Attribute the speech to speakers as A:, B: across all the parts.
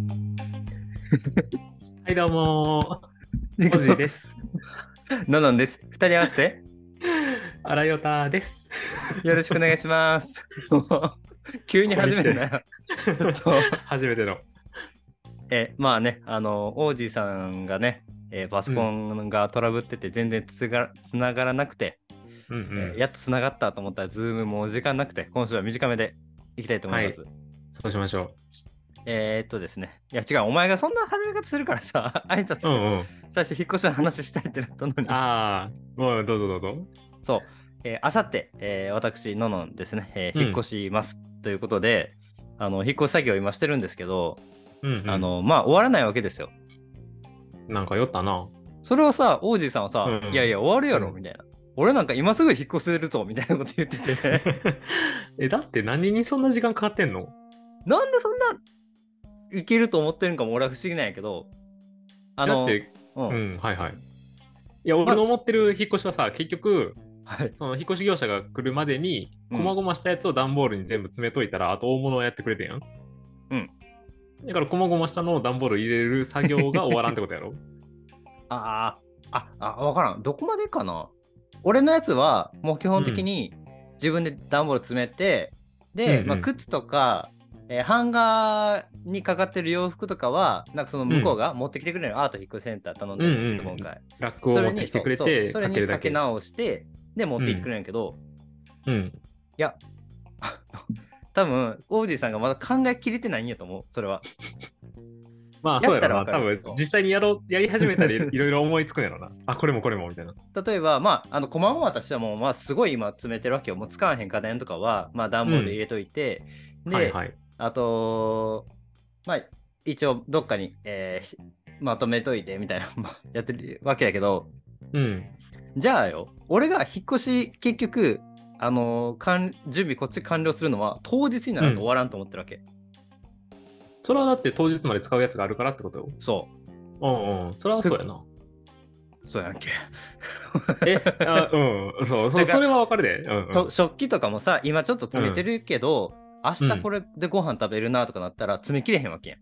A: はい、どうもー。
B: 猫
A: コジ です。
B: ののんです。二人合わせて
A: あらよたです。
B: よろしくお願いします。 もう急に始めるなよ。ちょっと
A: 初めての。
B: えまあねあの王子さんがね、えーパソコンがトラブってて全然つがつながらなくて、
A: うんう
B: えーやっとつながったと思ったらズームもう時間なくて今週は短めでいきたいと思います。
A: そうしましょ
B: えー、っとですねいや違うお前がそんな始め方するからさ挨拶、
A: う。うんうん。
B: 最初引っ越しの話したいってなったのに
A: ああ、もうどうぞどうぞ。
B: そう、えー、あさって、えー私、ののんですね、えー
A: うん
B: 引っ越します、ということで、あの引っ越し作業を今してるんですけど、
A: うん、うん。
B: あ、のまあ終わらないわけですよ。
A: なんか酔ったな。
B: それをさ、王子さんはさ、
A: うんうん
B: いやいや、終わるやろ、
A: うん
B: みたいな。俺なんか今すぐ引っ越せるぞみたいなこと言ってて
A: え、だって何にそんな時間かかってんの
B: なんでそんないけると思ってるんかも俺は不思議なんやけどあ
A: だ
B: の
A: って、
B: うん
A: うん、はいはい。いや、俺の思ってる引っ越しはさ、結局、
B: はい、
A: その引っ越し業者が来るまでに、
B: うん
A: こまごましたやつを段ボールに全部詰めといたら、あと大物をやってくれてんやん。
B: うん。
A: だから、こまごましたのを段ボール入れる作業が終わらんってことやろ
B: あーああ分からんどこまでかな俺のやつはもう基本的に自分で段ボール詰めて、
A: う
B: で、
A: んうん
B: まあ、靴とか、えーハンガーにかかってる洋服とかはなんかその向こうが持ってきてくれるの、アート引っ越しセンター頼んでるんだけ
A: うん
B: ど
A: うん
B: 今回、
A: ラックを持ってきてくれ
B: それ
A: て、
B: にそう
A: か
B: それ
A: け
B: に
A: る
B: か
A: だ
B: け
A: け。
B: 直してで持ってきてくれるんやけど、
A: うん。
B: 多分王子さんがまだ考えきれてないんやと思うそれは
A: まあ
B: や
A: そ
B: っ
A: うや
B: たら
A: ろ
B: わ
A: な。
B: か
A: 多
B: る
A: 分実際にやろうやり 始めたらいいろいろ思いつくんやろな。あ、これもこれもみたいな。
B: 例えばまああの細々としてはもう、まあ、すごい今詰めてるわけよもう使わへん家電とかは、まあ、段ボール入れといて、で、
A: はいはい。
B: あと、まあ、一応どっかに、えーひまとめといてみたいな、 まあやってるわけやけど、
A: うん。
B: じゃあよ、俺が引っ越し、結局、あのーかん準備こっち完了するのは当日になると終わらんと思ってるわけ。
A: それはだって当日まで使うやつがあるからってことよ。
B: そ
A: うんうん。それはそうやな。
B: う、そうやんけ。
A: え、あうん。そう、そ
B: だ
A: う
B: から
A: それはわかるで。うん、うん
B: と。食器とかもさ、今ちょっと詰めてるけど、明日これでご飯食べるなとかなったら詰めきれへんわけやん。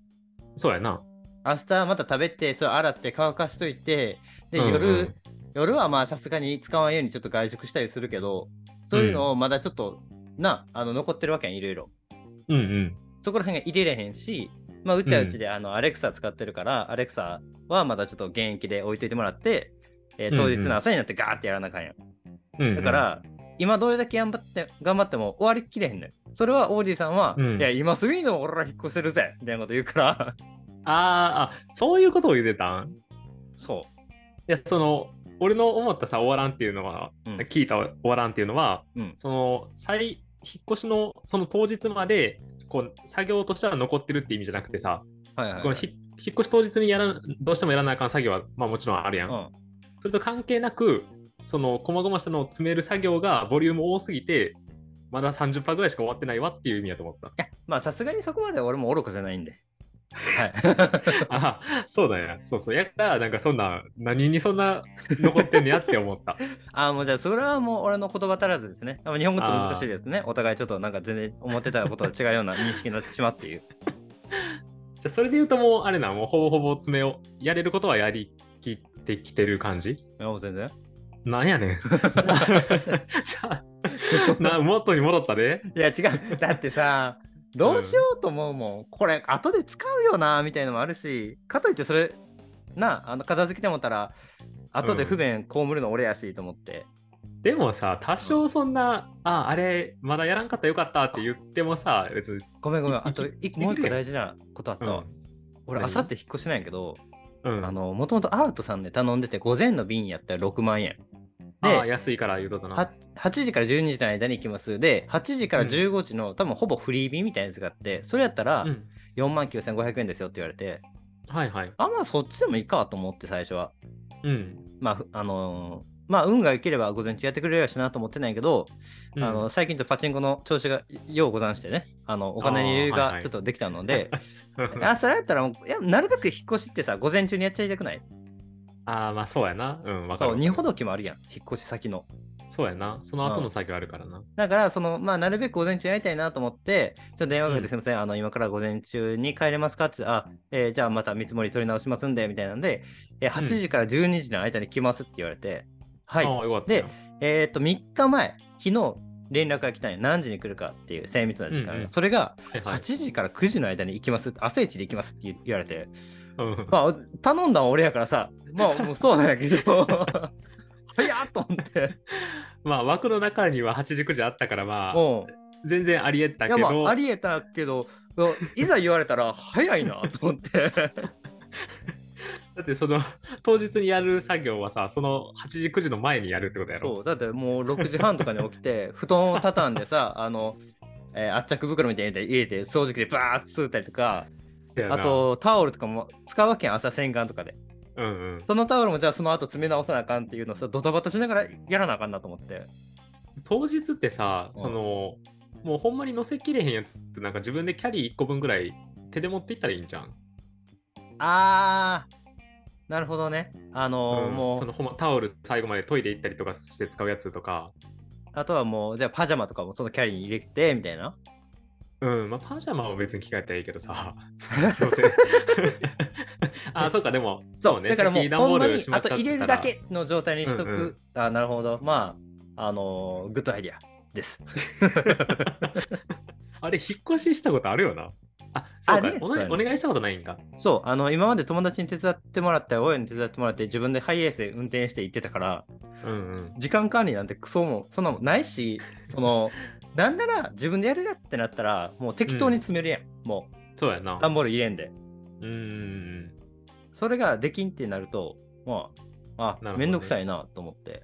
A: そうやな。
B: 明日また食べて、それ洗って乾かしといて、で、
A: うんうん
B: 夜、夜はまあさすがに使わんようにちょっと外食したりするけどそういうのをまだちょっと、なあの残ってるわけやんいろいろ
A: うんうん。
B: そこら辺が入れれへんしまあうちはうちで、あのアレクサ使ってるからアレクサはまだちょっと現役で置いといてもらって、えー当日の朝になってガーってやらなあかんやん、
A: うんうん
B: だか、ら今どれだけ頑張って頑張っても終わりきれへんのよそれはオーディさんは、
A: うん
B: いや今すぐにでも俺ら引っ越せるぜみたいなこと言うから
A: あーあ、そういうことを言ってたんい
B: そ
A: や、その、俺の思ったさ、終わらんっていうのは、
B: うん
A: 聞いた終わらんっていうのは、
B: うん
A: その、再、引っ越しの、その当日まで、こう、作業としては残ってるって意味じゃなくてさ、
B: うはいはい、
A: このひ引っ越し当日にやらどうしてもやらなあかん作業は、まあ、もちろんあるやん、
B: うん
A: それと関係なくその細々したのを詰める作業がボリューム多すぎてまだ30%ぐらいしか終わってないわっていう意味やと思った
B: いやまあさすがにそこまで俺も愚かじゃないんで。 はい、
A: ああそうだよそうそうやからなんかそんな何にそんな残ってんねやって思った
B: ああもうじゃあそれはもう俺の言葉足らずですね。あ日本語って難しいですね。お互いちょっとなんか全然思ってたことと違うような認識になってしまっていう。
A: じゃあそれで言うともうあれなもうほぼほぼ詰めをやれることはやりきってきてる感じ
B: いやもう全然。
A: なんやね んじゃあな元に戻ったで
B: いや違う。だってさ、どうしようと思うもん。これ後で使うよなみたいのもあるし、かといってそれ、なあ、あの片付けてもったら、後で不便被るの俺やしと思って。
A: でもさ、多少そんな、あ、あれ、まだやらんかったよかったって言ってもさ、別に、
B: ごめんごめん。
A: い
B: あと
A: い
B: いもう一個大事なことあった
A: う
B: わ。
A: ん、
B: 俺、あ
A: 何
B: さって引っ越しなんやけど、
A: うん、
B: あの、もともとアウトさんで頼んでて、午前の便やったら6万円。
A: あ
B: で
A: ー安いから言うとった
B: は
A: な。
B: 8時から12時の間に行きますで8時から15時の、多分ほぼフリー便みたいなやつがあってそれやったら
A: うん、
B: 4万9500円ですよって言われて、
A: はいはい。
B: あまあそっちでもいいかと思って最初は
A: うん。
B: まあふあのーまあ運が良ければ午前中やってくれるやしなと思ってないけど、
A: うん
B: あの、最近ちょっとパチンコの調子がようござんしてねあのお金に余裕
A: あーはいは
B: が
A: い
B: ちょっとできた のであそれやったらもういやなるべく引っ越しってさ午前中にやっちゃいたくない
A: あーまあそうやな。うん、わか
B: そう
A: る。
B: 荷ほどきもあるやん引っ越し先の
A: そうやな。その後の作業あるからな。
B: だから、その、まあ、なるべく午前中やりたいなと思って、ちょっと電話かけ
A: う
B: て、
A: ん
B: すみません、あの、今から午前中に帰れますかって、あ、えーじゃあまた見積もり取り直しますんで、みたいなんで、えー
A: うん
B: 8時から12時の間に来ますって言われて、は
A: あ
B: い。
A: あ、よかったやん。
B: えっ、と、3日前、昨日、連絡が来たんや、何時に来るかっていう精密な時間が、
A: うんうん
B: それが
A: はいはい
B: 8時から9時の間に行きますって、朝一で行きますって言われて、
A: うん
B: まあ、頼んだんは俺やからさ、まあ、もうそうなんやけ ど、早っと思って、
A: まあ枠の中には8時9時あったからまあ
B: もう。
A: 全然ありえた
B: い
A: け
B: や
A: ど、
B: まあありえたけどうわいざ言われたら早 いなと思って
A: だってその当日にやる作業はさその8時9時の前にやるってことやろ
B: そうだってもう6時半とかに起きて布団を畳んでさあの、えー圧着袋みたいなの入れて掃除機でバーッ吸ったりとか
A: せやな
B: あとタオルとかも使うわけやん朝洗顔とかで
A: うんうん
B: そのタオルもじゃあその後詰め直さなあかんっていうのをさドタバタしながらやらなあかんなと思って
A: 当日ってさ
B: うん
A: そのもうほんまに乗せきれへんやつってなんか自分でキャリー1個分ぐらい手で持っていったらいいんじゃん、
B: あーなるほどねあのー
A: うん
B: も
A: そうのほんまタオル最後まで研いでいったりとかして使うやつとか
B: あとはもうじゃあパジャマとかもそのキャリーに入れてみたいな
A: うんまあパジャマは別に着替えたらいいけど さそう せんあそうかでもそうね
B: だからも
A: 先
B: う
A: 段ボ
B: ほ
A: ー
B: んま
A: ル
B: に
A: しまっ
B: あ
A: ちゃ
B: と
A: ってたら
B: 入れるだけの状態にしとく、
A: うんうん
B: あなるほどまああのーグッドアイディアです
A: あれ、引っ越ししたことあるよな。あ、そうか
B: あね、
A: おな
B: そうやね
A: お願いしたことないんか。
B: そうあの今まで友達に手伝ってもらったり親に手伝ってもらって自分でハイエースで運転して行ってたから
A: うんうん。
B: 時間管理なんてクソもそんなもんないし そのなんなら自分でやるやってなったらもう適当に詰めるやん、も
A: そうやな
B: う。段ボール入れんで
A: うーん。
B: それができんってなるとまあ
A: なるほど
B: あ
A: ね
B: めんどくさいなと思って、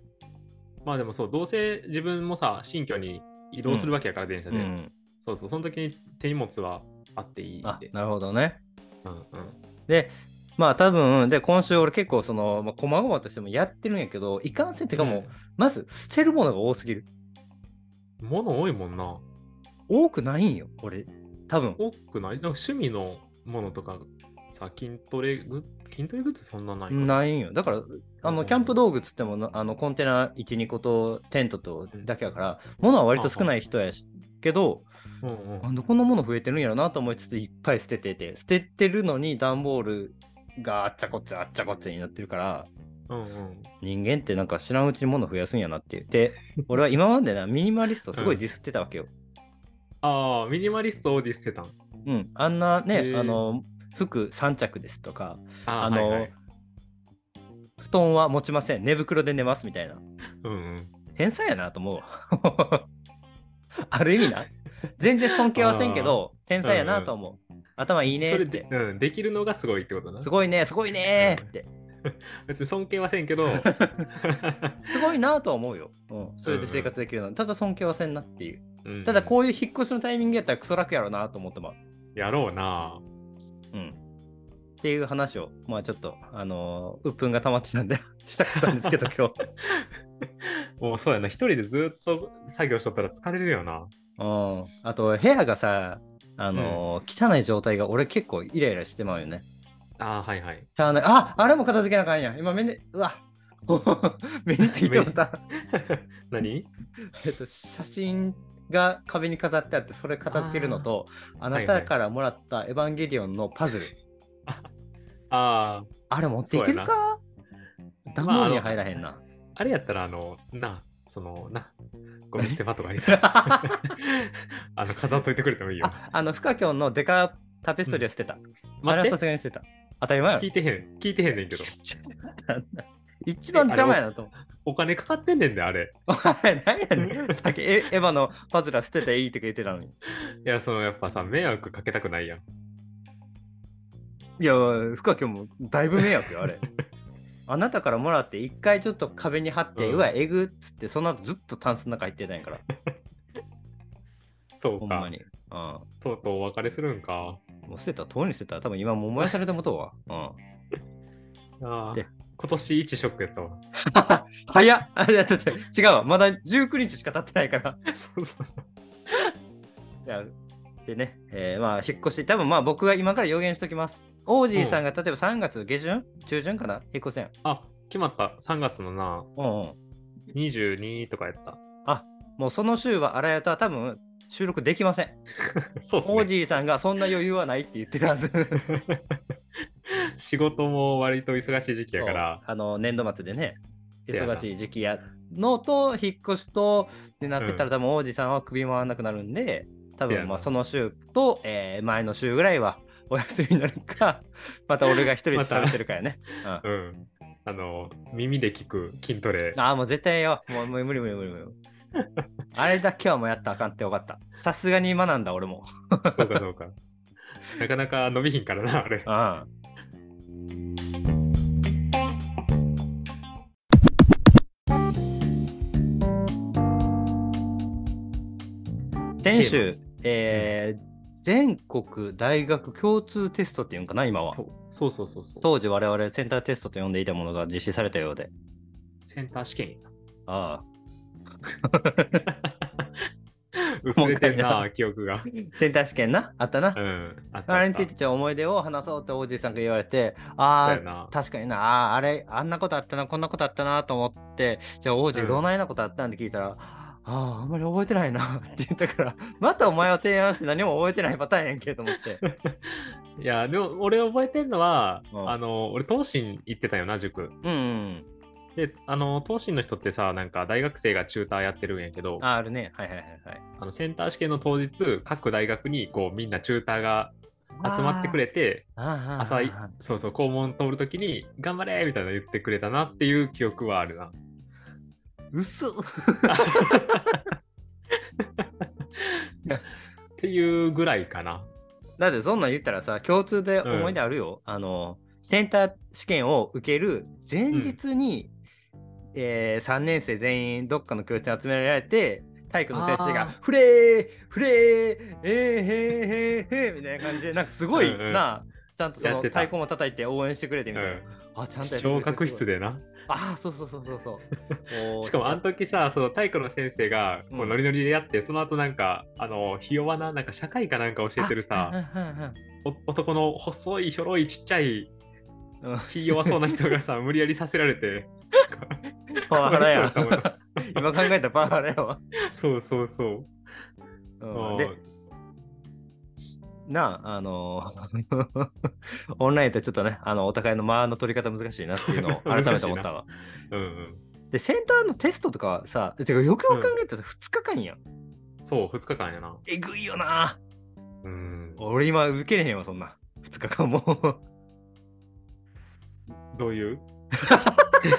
A: まあでもそう、どうせ自分もさ、新居に移動するわけやから、電車
B: う
A: で、
B: ん、
A: そうそう、その時に手荷物はあっていいっ
B: あ
A: て。
B: なるほどね
A: うんうん。
B: まあ多分で今週俺結構そのまあ細々としてもやってるんやけどいかんせんてかもう、まず捨てるものが多すぎる
A: うん、物多いもんな。
B: 多くないんよ俺多分
A: 多くないなんか趣味のものとかさ、筋トレグッ筋トレグッズそんなないか
B: ないんよだからあ
A: う
B: の
A: ん
B: キャンプ道具っつってもなあのコンテナ12個とテントとだけやから物は割と少ない人やしけど
A: うんうん
B: なんでこんなもの増えてるんやろなと思いつついっぱい捨ててて捨ててるのに段ボールがあっちゃこっちゃあっちゃこっちゃになってるから
A: うんうん。
B: 人間ってなんか知らんうちに物増やすんやなっていうで俺は今までなミニマリストすごいディスってたわけよ、
A: ああ、ミニマリストをディスってたん。
B: うん、あんな
A: へ
B: ね、
A: ー
B: あの服3着ですとか、
A: あー
B: あの、
A: はいはい、
B: 布団は持ちません、寝袋で寝ますみたいな。
A: うんうん。
B: 天才やなと思うわ。 ある意味な。全然尊敬はせんけど、天才やなと思う。頭いいね
A: それ
B: っ
A: で
B: て、。
A: うん、できるのがすごいってことな
B: す。ごいね、すごいねって。
A: 別に尊敬はせんけど
B: すごいなとは思うよ。うん、それで生活できるの。ただ尊敬はせんなっていう。 ただこういう引っ越しのタイミングやったらクソ楽やろうなと思ってまう。
A: うんやろうな
B: うん。っていう話を、まあちょっと、あのー、鬱憤が溜まってたんで、 したかったんです けど、今日。
A: もうそうやな一人でずっと作業しとったら疲れるよな
B: うん。あと、部屋がさ、あのー汚い状態が俺結構イライラしてまうよね。
A: あーはい はい
B: しゃあない。ああれも片付けなあかんやん。今目に、うわ 目につ いてまた、
A: 何
B: えっと、写真が壁に飾ってあって、それ片付けるのと、あな
A: はい
B: た
A: はい
B: からもらったエヴァンゲリオンのパズル、
A: あー
B: あれ持っていけるかダンボールには入らへんな。
A: あれやったらあのなそのなゴミ捨て場とかにさ あの飾っといてくれてもいいよ
B: あ、あの、フカキョンのデカタペストリーは捨てた。あれ
A: 待
B: は
A: って
B: さすがに捨てた。当たり前やろ
A: 聞いてへん聞いてへんねんけど
B: 一番邪魔やなと思う。
A: お金かかってんねんであれ
B: お前何やね ん。さっきエエヴァのパズラ捨てていいとか言ってたのに。
A: いやそのやっぱさ迷惑かけたくないやん
B: いや、深きもだいぶ迷惑よ、あれ。あなたからもらって、一回ちょっと壁に貼って、う
A: うん
B: わ、えぐっつって、その後ずっとタンスの中入ってたんやから、
A: そ
B: ほ
A: うんか
B: まに。うん
A: とうとうお別れするんか
B: もう捨てた、とうに捨てた。多分今もう燃やされてもとうわ。 うん。
A: あー
B: で
A: 今年一ショックやったわ
B: 早っあ、いや、ちょっと違うわ。まだ19日しか経ってないから。
A: そうそう
B: いやでね、えーまあ引っ越し、多分まあ僕が今から予言しときます。オージーさんが例えば3月下旬中旬かな引っ越せん。
A: あ決まった3月のな
B: うんうん。
A: 22とかやった。
B: もうその週は荒谷とは多分収録できません。
A: そう
B: オー
A: ですね。
B: ジーさんがそんな余裕はないって言ってるはず。
A: 仕事も割と忙しい時期やから
B: そ、うあの年度末でね
A: せやな
B: 忙しい時期やのと引っ越しとってなってたら、多分王子さんは首回らなくなるんで多
A: せや
B: 分
A: な
B: まあその週と、えー前の週ぐらいはお休みになるかまた俺が一人で喋ってるからね、う
A: うん。あの、耳で聞く筋トレ
B: ん、。ああもう絶対よもうもう無理無理無理無理あれだけはもうやったらあかんってよかったさすがに学んだ俺も
A: そうかそうか。 なかなか伸びひんからな、あれ。
B: うん先週、えー全国大学共通テストっていうんかな、今は
A: そ。うそうそうそうそう。
B: 当時我々センターテストと呼んでいたものが実施されたようで。
A: センター試験 や
B: あ
A: な。薄れてんな、記憶 が。
B: あセンター試験な、あったな。
A: うん。あった
B: あ
A: あ
B: れ
A: っ
B: につ
A: た
B: いてちょっと思い出を話そうっておじいさんが言われて、
A: だ
B: ああ
A: よ、な。
B: 確かになあーあれあんなことあったなこんなことあったなと思ってじゃあ王子
A: うん
B: どないなことあったんって聞いたら、あああんまり覚えてないな って言ったからまたお前を提案して何も覚えてないパターンやんけと 思って
A: いや、でも俺覚えてんのは、
B: うん
A: あの、俺、東進行ってたよな、塾。
B: うん、うん、
A: で、あの、東進の人ってさ、なんか大学生がチューターやってるんやけど、あ
B: ああるねはいはいはいはい
A: のセンター試験の当日、各大学にこうみんなチューターが集まってくれて、
B: あーあー
A: 朝い
B: あーあー
A: そうそう、校門通るときに、頑張れみたいなの言ってくれたなっていう記憶はあるな。
B: 薄っ
A: っていうぐらいかな。
B: だってそんなん言ったらさ共通で思い出あるよ、あのセンター試験を受ける前日に、えー、3年生全員どっかの教室に集められて体育の先生
A: あ
B: が
A: ー
B: 「フレーフレーえーへーへーへー」みたいな感じでなんかすごい
A: うんうん
B: なちゃんとそ
A: や
B: の
A: って
B: 太
A: た
B: 鼓も叩いて応援してくれて
A: う
B: みたいな、
A: ん。
B: あちゃんとやってくれて
A: 聴覚室
B: で
A: でな。
B: ああそうそうそうそうそう
A: しかもあの
B: た
A: 時さ、その体育の先生がこ
B: う
A: うんノリノリでやって、その後なんか、あの、ひ弱な、なんか社会かなんか教えてるさ、お男の細い、ひょろい、ちっちゃい、ひ弱そうな人が さ、無理やりさせられて、
B: パワハラやわ
A: かわいそうだ
B: 今考えたらパワハラやわ、
A: そうそうそう。
B: う
A: も
B: ん、
A: う
B: でなあ、あのー オンラインとちょっとね、あの、お互いの間の取り方 難しいなっていうのを改めて思ったわ。
A: うん
B: で、センターのテストとかはさ、てかよくよく考えたらさ、2日間やん。
A: うん。そう、2日間やな。
B: えぐいよな。
A: うん。
B: 俺今受けれへんわ、そんな。2日間も。
A: ど ういうい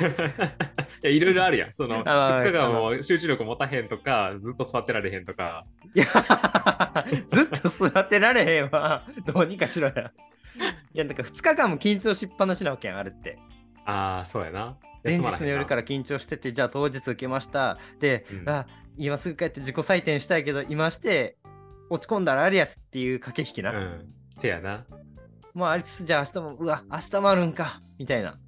A: やいろいろあるやん。その
B: あまあまあ
A: 2日間も集中力持たへんとか、ずっと座ってられへんとか、
B: いや、ずっと座ってられへんわ。どうにかしろや。いや、なんか2日間も緊張しっぱなしなわけやん、あれって。
A: ああ、そうやな。。
B: 前日の夜からら緊張してて、じゃあ当日受けました。で、
A: うん
B: あ今すぐ帰って自己採点したいけど、今して落ち込んだらありやしっていう駆け引き
A: う
B: な。
A: ん。せやな。
B: まあありつつ、じゃあ明日も、うわ、明日もあるんか、みたいな。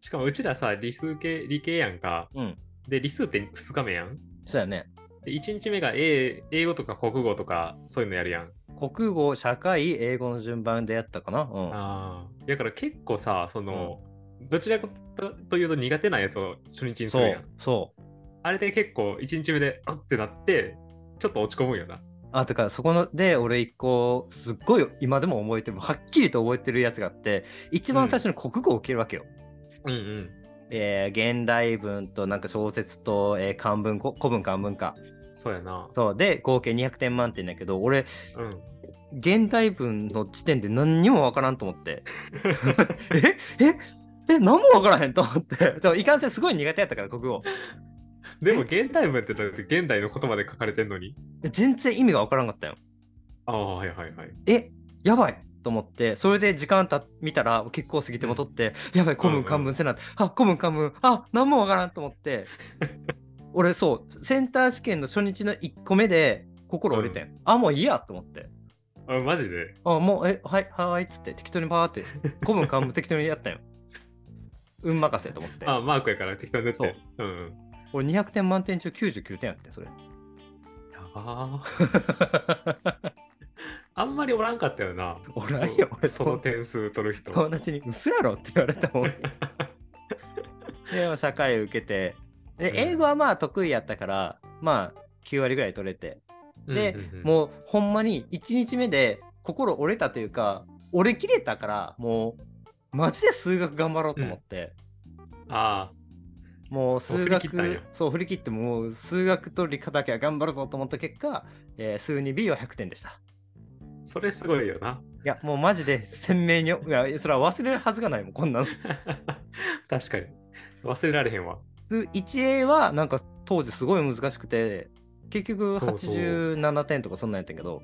A: しかもうちらさ、理数系、理系やんか。
B: うん。
A: で、理数って2日目やん。
B: そうやね。
A: で、1日目が英英語とか国語とか、そういうのやるやん。
B: 国語、社会、英語の順番でやったかな。うん。
A: ああ。だから結構さ、その、どちらかとというと苦手なやつを初日にす
B: そ
A: るや。、
B: うんそう。
A: あれで結構1日目で、あってなって、ちょっと落ち込むんよな。
B: あ、てか、そこので、俺一個、すっごい今でも覚えてる、はっきりと覚えてるやつがあって、一番最初に国語を受けるわけよ。
A: うんうん。
B: えー現代文となんか小説と、えー漢文こ古文漢文か
A: そうやな。
B: そうで合計200点満点だけど俺
A: うん。
B: 現代文の時点で何にもわからんと思って えええ何もわからへんと思って そういかんせんすごい苦手やったから国語
A: でも現代文ってだって現代の言葉で書かれてんのに。
B: 全然意味がわからんかったよ
A: ああ、はいはいはい。
B: えやばいと思ってそれで時間た見たら結構過ぎて戻って、やばい古文漢文せな、あ古文漢文あ何もわからんと思って俺そうセンター試験の初日の1個目で心折れてん、あもういいやと思って
A: あマジで。
B: あもうえはいはーいっつって適当にパ ーって古文漢文適当にやったんよ運任せと思って
A: あマークやから適当に塗って。うんうん。
B: 俺200点満点中99点やってんそれ
A: やばー あんまりおらんかったよな。
B: おらんよ
A: そう
B: 俺
A: その点数取る人。
B: 友達に「嘘やろ」って言われたもんで社会受けてで
A: うん
B: 英語はまあ得意やったからまあ9割ぐらい取れてで、
A: うんうんうん
B: もうほんまに1日目で心折れたというか折れ切れたからもうマジで数学頑張ろうと思って、
A: あ
B: もう数
A: もう振り切
B: 学
A: ったんや
B: そう振り切ってもう数学と理科だけは頑張るぞと思った結果、えー数 2B は100点でした
A: あ、それすごいよな。
B: いやもうマジで鮮明にいやそれは忘れるはずがないもんこんなの
A: 確かに。忘れられへんわ。
B: 数 1A はなんか当時すごい難しくて結局
A: そうそう
B: 87点とかそんなんやったんやけど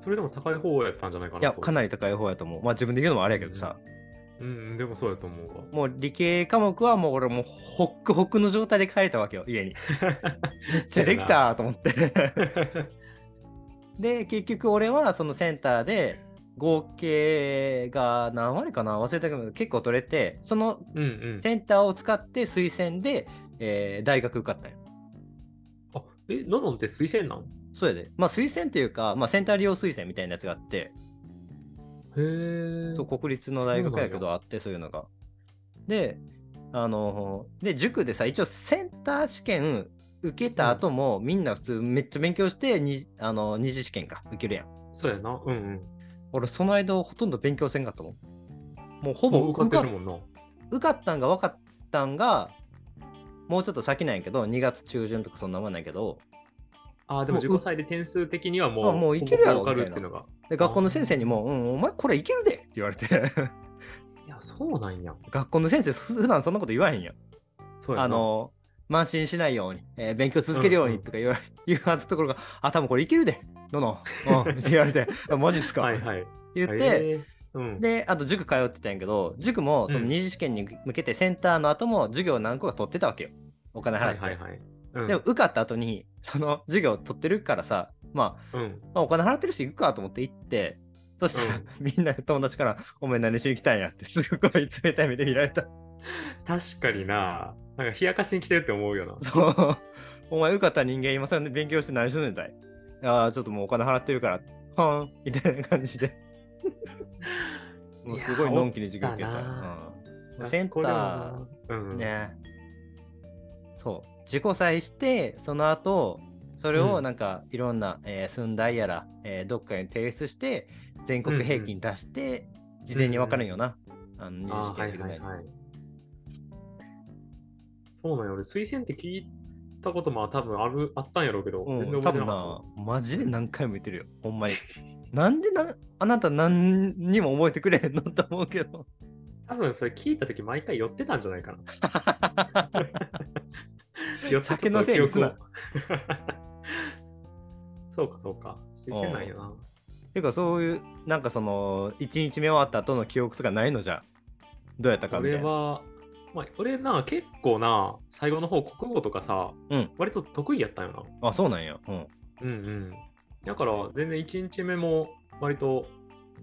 A: それでも高い方やったんじゃないかな。
B: いやか
A: な
B: なり高い方やと思うまあ自分で言うのもあれやけどさ、
A: うん、でもそうやと思う わ。
B: もう理系科目はもう俺もうホックホクの状態で帰れたわけよ家 にめっちゃできたと思ってで結局俺はそのセンターで合計が何割かな忘れたけど結構取れてその
A: うんうん。
B: センターを使って推薦で、えー大学受かったんよ
A: あえ、ののんって推薦なん
B: そうやでまあ推薦っていうか、まあ、センター利用推薦みたいなやつがあって
A: へえ。
B: そう国立の大学やけどあってそういうのが。であので塾でさ一応センター試験受けた後も、みんな普通めっちゃ勉強してにあの二次試験か受けるやん。
A: そうやな。うんうん。
B: 俺その間ほとんど勉強せんかったもん。もうほぼ
A: もう受かってるもんな。
B: 受かったんが分かったんがもうちょっと先なんやけど2月中旬とかそんなもんなんやけど
A: あーでも
B: もう
A: 15歳で点数的にはも
B: あ
A: う、
B: もういけるやろ
A: ほぼ受かるっていうのが。
B: で学校の先生にも「うんお前これいけるで!」って言われて
A: いや、そうなんや。
B: 学校の先生普段そんなこと言わへんやん。
A: そうやな。
B: あの、慢心しないように、えー勉強続けるよう
A: うん
B: に
A: うん
B: とか言わ、 言うはずところが、あ、多分これいけるで、どの、 うん、って言われて、あマジっすか、
A: はいはい。
B: 言って、
A: へーうん、
B: で、あと塾通ってたんやけど、塾もその
A: うん
B: 二次試験に向けてセンターの後も授業何個か取ってたわけよ。お金払
A: は
B: っ
A: い
B: て。
A: はいはい。うん、
B: でも受かった後に、その授業取ってるからさ、まあ、
A: うん、
B: まあお金払ってるし行くかと思って行って、そしたら、
A: うん
B: みんな友達から、お前何しに来たんやって、すごい冷たい目で見られた。
A: 確かにな。なんか冷やかしに来てるって思うよな。
B: そう。お前受かった人間今さら勉強して何してんねんだいああ、ちょっともうお金払ってるから、はーんみたいな感 じで。もうすごいのんきに授業受けた。
A: いや
B: う
A: ーおった
B: んもうセンター、
A: うん、
B: ね。そう。自己採して、その後、それをなんかいろんな、えー寸大やら、えーどっかに提出して、全国平均出して、事前に分かるんよな。あの、二次
A: あー
B: 試
A: は
B: 験
A: い
B: 受ける
A: は
B: 前
A: い
B: に
A: はい。そうなんよ、俺、推薦って聞いたことも多分あるあったんやろうけど、
B: う
A: 全然覚
B: ん、多
A: えて
B: 分
A: な
B: な
A: かっ、
B: マジで何回も言ってるよ、ほんまに。なんでな、あなた何にも覚えてくれへんのと思うけど。
A: た。多分それ聞いたとき、毎回寄ってたんじゃないかな。寄って
B: 酒のせいにすな
A: ちょっと記憶を そうか、そうか。推薦なんよな。
B: てか、そういう、なんかその、1日目終わった後の記憶とかないのじゃ。どうやったかみた
A: 俺
B: いな。
A: は、まあ、俺な、結構な、最後の方、国語とかさ、
B: うん
A: 割と得意やったんよな。
B: あ、そうなんや。うん。
A: うんうん。だから、全然1日目も、割と、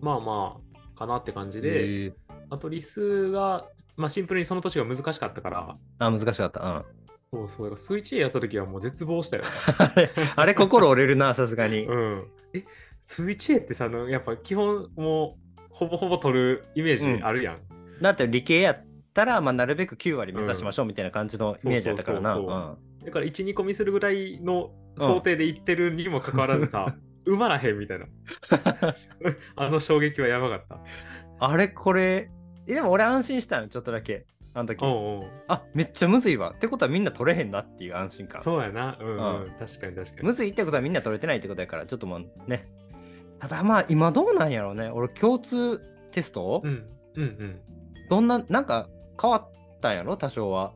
A: まあまあ、かなって感じで、
B: へー
A: あと理数が、まあ、シンプルにその年が難しかったから、
B: あ、難しかった。う
A: そ
B: ん。
A: うそう、だから数1位やった時はもう絶望したよ。
B: あれ、 あれ心折れる な、さすがに。
A: うん。え、数1位ってさ、あのやっぱ基本、もう、ほぼほぼ取るイメージあるやん。
B: だって理系やったら、まあ、なるべく9割目指しましょうみたいな感じのイメージだったからな。。
A: そううそうそうんだから1、2個見するぐらいの想定でいってるにもかかわらず さ、埋まらへんみたいな。あの衝撃はやばかった。
B: あれ、これ、えでも俺安心したの、ちょっとだけ。あの時。
A: うんうん。
B: あめっちゃむずいわってことはみんな取れへんなっていう安心感
A: そうやな。うん、うん、
B: う
A: 確かに確かに
B: む。ずいってことはみんな取れてないってことやからちょっともうねただまあ今どうなんやろうね俺共通テスト、
A: うん。うんうん。
B: どんななんか変わったんやろ多少は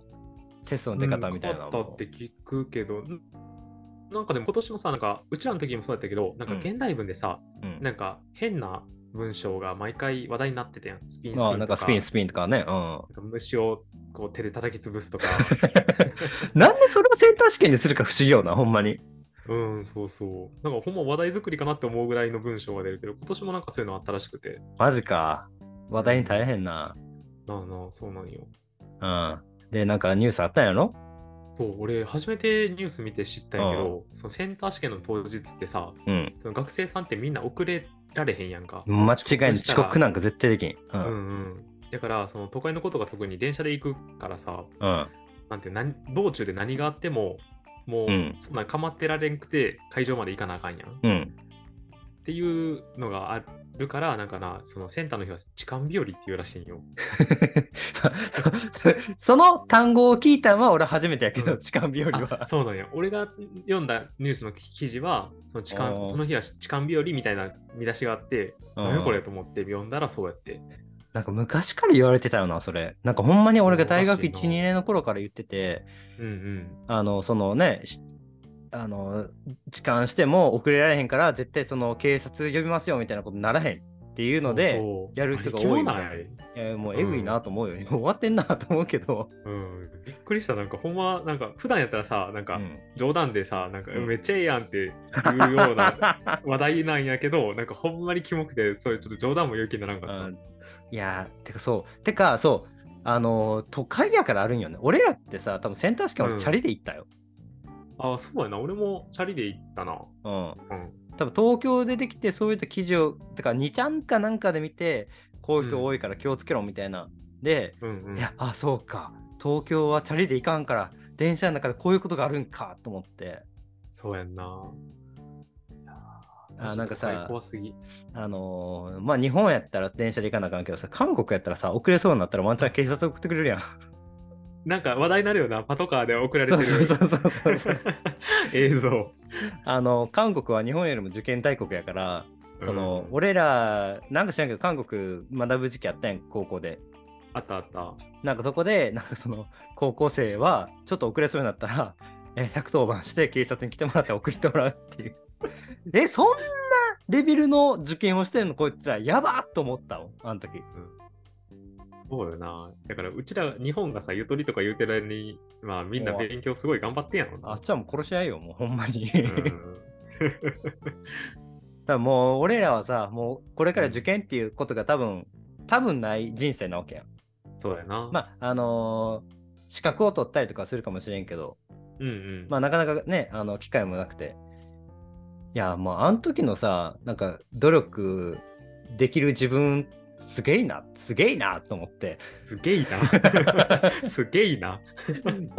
B: テストの出方みたいな
A: う
B: の
A: ん変わ
B: も、
A: ったって聞くけど、んなんかでも今年もさ、なんかうちらの時もそうやったけど、なんか
B: うん
A: 現代文でさ、
B: うん
A: なんか変な文章が毎回話題になってたやん。スピンスピンと
B: ま
A: か。
B: あなんかスピンスピンとかねうん
A: なんか虫をこう手で叩き潰すと か。
B: なんでそれをセンター試験にするか不思議よなほんまに
A: うん、そうそう。なんかほんま話題作りかなって思うぐらいの文章が出るけど、今年もなんかそういうのあったらしくて。
B: マジか話題に大変な
A: なあなあ、そうなんよ。
B: うんでなんかニュースあったんやろ
A: そう、俺、初めてニュース見て知ったんやけど、そのセンター試験の当日ってさ、
B: うん
A: その学生さんってみんな遅れられへんやんか。
B: 間違いない
A: した
B: 遅
A: ら
B: 刻なんか絶対できんう
A: うん
B: ん
A: うん。だから、その都会のことが特に電車で行くからさ、
B: うん
A: なんて何道中で何があってももう、
B: うん
A: そんなん構ってられんくて会場まで行かなあかんやんっ
B: うん。
A: ていうのがあるからなんかなそのセンターの日は痴漢日和っていうらしいんよ
B: そそその単語を聞いたのは俺初めてやけど、
A: うん
B: 痴漢日和
A: あ
B: は。
A: そうなんや俺が読んだニュースの記事はその痴漢
B: あー
A: その日は痴漢日和みたいな見出しがあって何やこれと思って読んだらそうやって
B: なんか昔から言われてたよな、それ。なんかほんまに俺が大学
A: おか
B: 1、
A: しい
B: 2
A: な
B: 年の頃から言ってて、
A: うんうん
B: あの、そのね、しあの、痴漢しても遅れられへんから、絶対その警察呼びますよみたいなことにならへんっていうので、
A: そうそう
B: やる人が多いみたいな
A: あれ生き物なんやね
B: いやもうえぐいなと思うよ、ね終わってんなと思うけど。
A: うん、びっくりしたなんかほんまなんか普段やったらさなんか
B: うん
A: 冗談でさなんか
B: うん
A: めっちゃええやんっていうような 話題なんやけどなんかほんまにキモくてそういうちょっと冗談も言う気にならんか
B: う
A: っ
B: んいやーてかそうてかそうあのー都会やからあるんよね俺らってさ多分センター試験
A: うん
B: 俺チャリで行ったよ、
A: た、ああそうやな俺もチャリで行ったな
B: うん
A: うん
B: 多分東京出てきてそういった記事をてか2ちゃんかなんかで見てこういう人多いから気をつけろみたいな、で、
A: うんうん
B: いやあそうか東京はチャリで行かんから電車の中でこういうことがあるんかと思って
A: そうやんな
B: あなんか
A: ちょっと
B: さ
A: 怖すぎ
B: あのーまあ日本やったら電車で行かなあかんけどさ韓国やったらさ遅れそうになったらワンチャン警察送ってく れるやん
A: なんか話題になるよなパトカーで送られて
B: そう
A: る
B: そうそうそうそうそう
A: 映像
B: あの韓国は日本よりも受験大国やからその、
A: うん
B: 俺らなんか知らんけど韓国学ぶ時期あったやん高校で
A: あったあった
B: なんかそこで なんかその高校生はちょっと遅れそうになったら え110番して警察に来てもらって送ってもらうっていう えそんなレベルの受験をしてるのこいつらやばっと思ったもんあの時
A: そうよなだからうちら日本がさゆとりとか言うてる間にまあみんな
B: 怖い
A: 勉強すごい頑張ってんやろな
B: あっちはもう殺し合いよもうほんま
A: う
B: に、だか
A: ん
B: らもう俺らはさもうこれから受験っていうことが多分多分ない人生なわけやん
A: そうやな。
B: まああのー資格を取ったりとかするかもしれんけど、
A: うんうん。
B: まあ、なかなかねあの機会もなくていやまああの時のさなんか努力できる自分すげえなすげえなと思って
A: すげえ な。すげえな。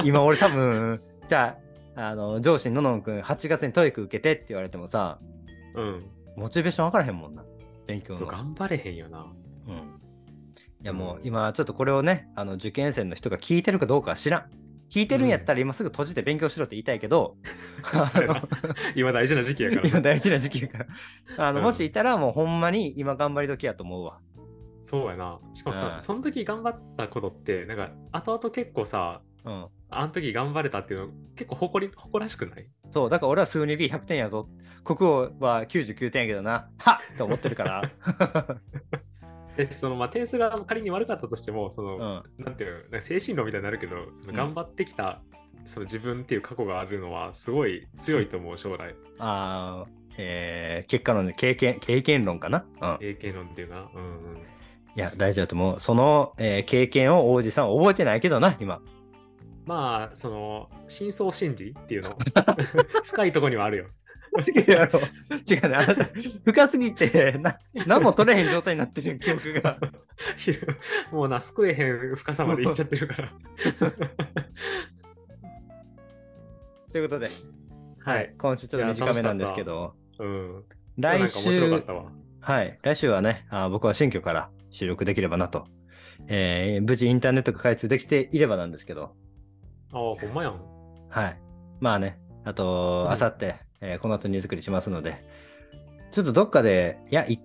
B: 今俺多分 じゃああの上司ののんくん8月にトイック受けてって言われてもさ
A: うん。
B: モチベーション分からへんもんな勉強の
A: そう、頑張れへんよな。
B: うん、いやもう今ちょっとこれをねあの受験生の人が聞いてるかどうかは知らん聞いてるんやったら今すぐ閉じて勉強しろって言いたいけど、あ
A: そうやな今大事な時期やか
B: の
A: ら
B: 今
A: な。
B: 大事な時期 やからあの、
A: うん
B: もしいたらもうほんまに今頑張り時やと思うわ
A: そうやな。しかも
B: う
A: さ、
B: ん
A: その時頑張ったことって、なんか、後々結構さ、
B: うん
A: あの時頑張れたっていうの、結構誇り誇らしくない
B: そうだから俺は数 2B100 点やぞ国語は99点やけどなはっと思って るから、
A: で、その、まあ、点数が仮に悪かったとしても、その、
B: うん、
A: なんていうの、なんか精神論みたいになるけど、その
B: うん
A: 頑張ってきた、その自分っていう過去があるのは、すごい強いと思う、将来。
B: あーえー結果のね経験経験論かな、うん、
A: 経験論っていうかな。うんうん。
B: いや大事だと思うその、えー経験を王子さんは覚えてないけどな今
A: まあその深層心理っていう の深いとこにはあるよ。
B: すぎるやろ。 違うね。あなた深すぎてな、何も取れへん状態になってる記憶が。
A: もうな救えへん深さまでいっちゃってる から。
B: ということで、
A: はい。、
B: 今週ちょっと短めなんですけど、
A: うん。
B: 来
A: なんか面白か
B: 週
A: っ、たわ。
B: はい、来週はねあ、僕は新居から収録できればなと、えー無事インターネットが開通できていればなんですけど、
A: ああ、ほんまやん。
B: はい。まあね、あと、
A: うん
B: あさって、えーこの後荷造りしますので、ちょっとどっかで、いや、い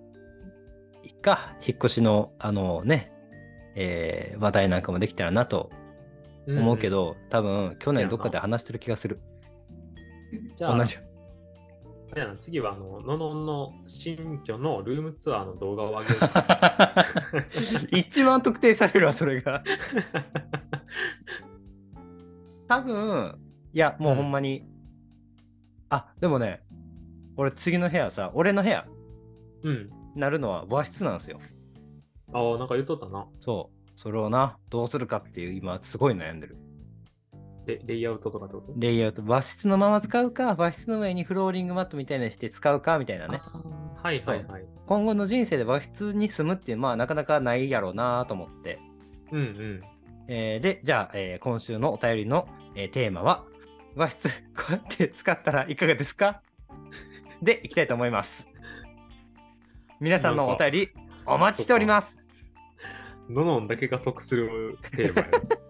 B: いっか、引っ越しの、あのね、えー話題なんかもできたらなと思うけど、多分去年どっかで話してる気がする。
A: うん。じゃあ、
B: 同じ。
A: あれやな次はあの、ののんの新居のルームツアーの動画を上 げようか
B: 一番特定されるわ、それが。 多分いや、もうほんまに。あ、でもね、俺次の部屋さ、俺の部屋
A: うん。
B: なるのは和室なんですよ。
A: ああ、なんか言っとったな。
B: そう。それをな、どうするかっていう、今、すごい悩んでる。
A: レレイアウトとかってこと
B: レイアウト、和室のまま使うか、和室の上にフローリングマットみたいなのして使うか、みたいなね。
A: あーはいはいはい。
B: 今後の人生で和室に住むっていう、まあ、なかなかないやろうなと思って。
A: うんうん。
B: えーで、じゃあ、えー今週のお便りの、えーテーマは、和室、こうやって使ったらいかがですかで、いきたいと思います。皆さんのお便り、お待ちしております。
A: ののんだけが得するテーマや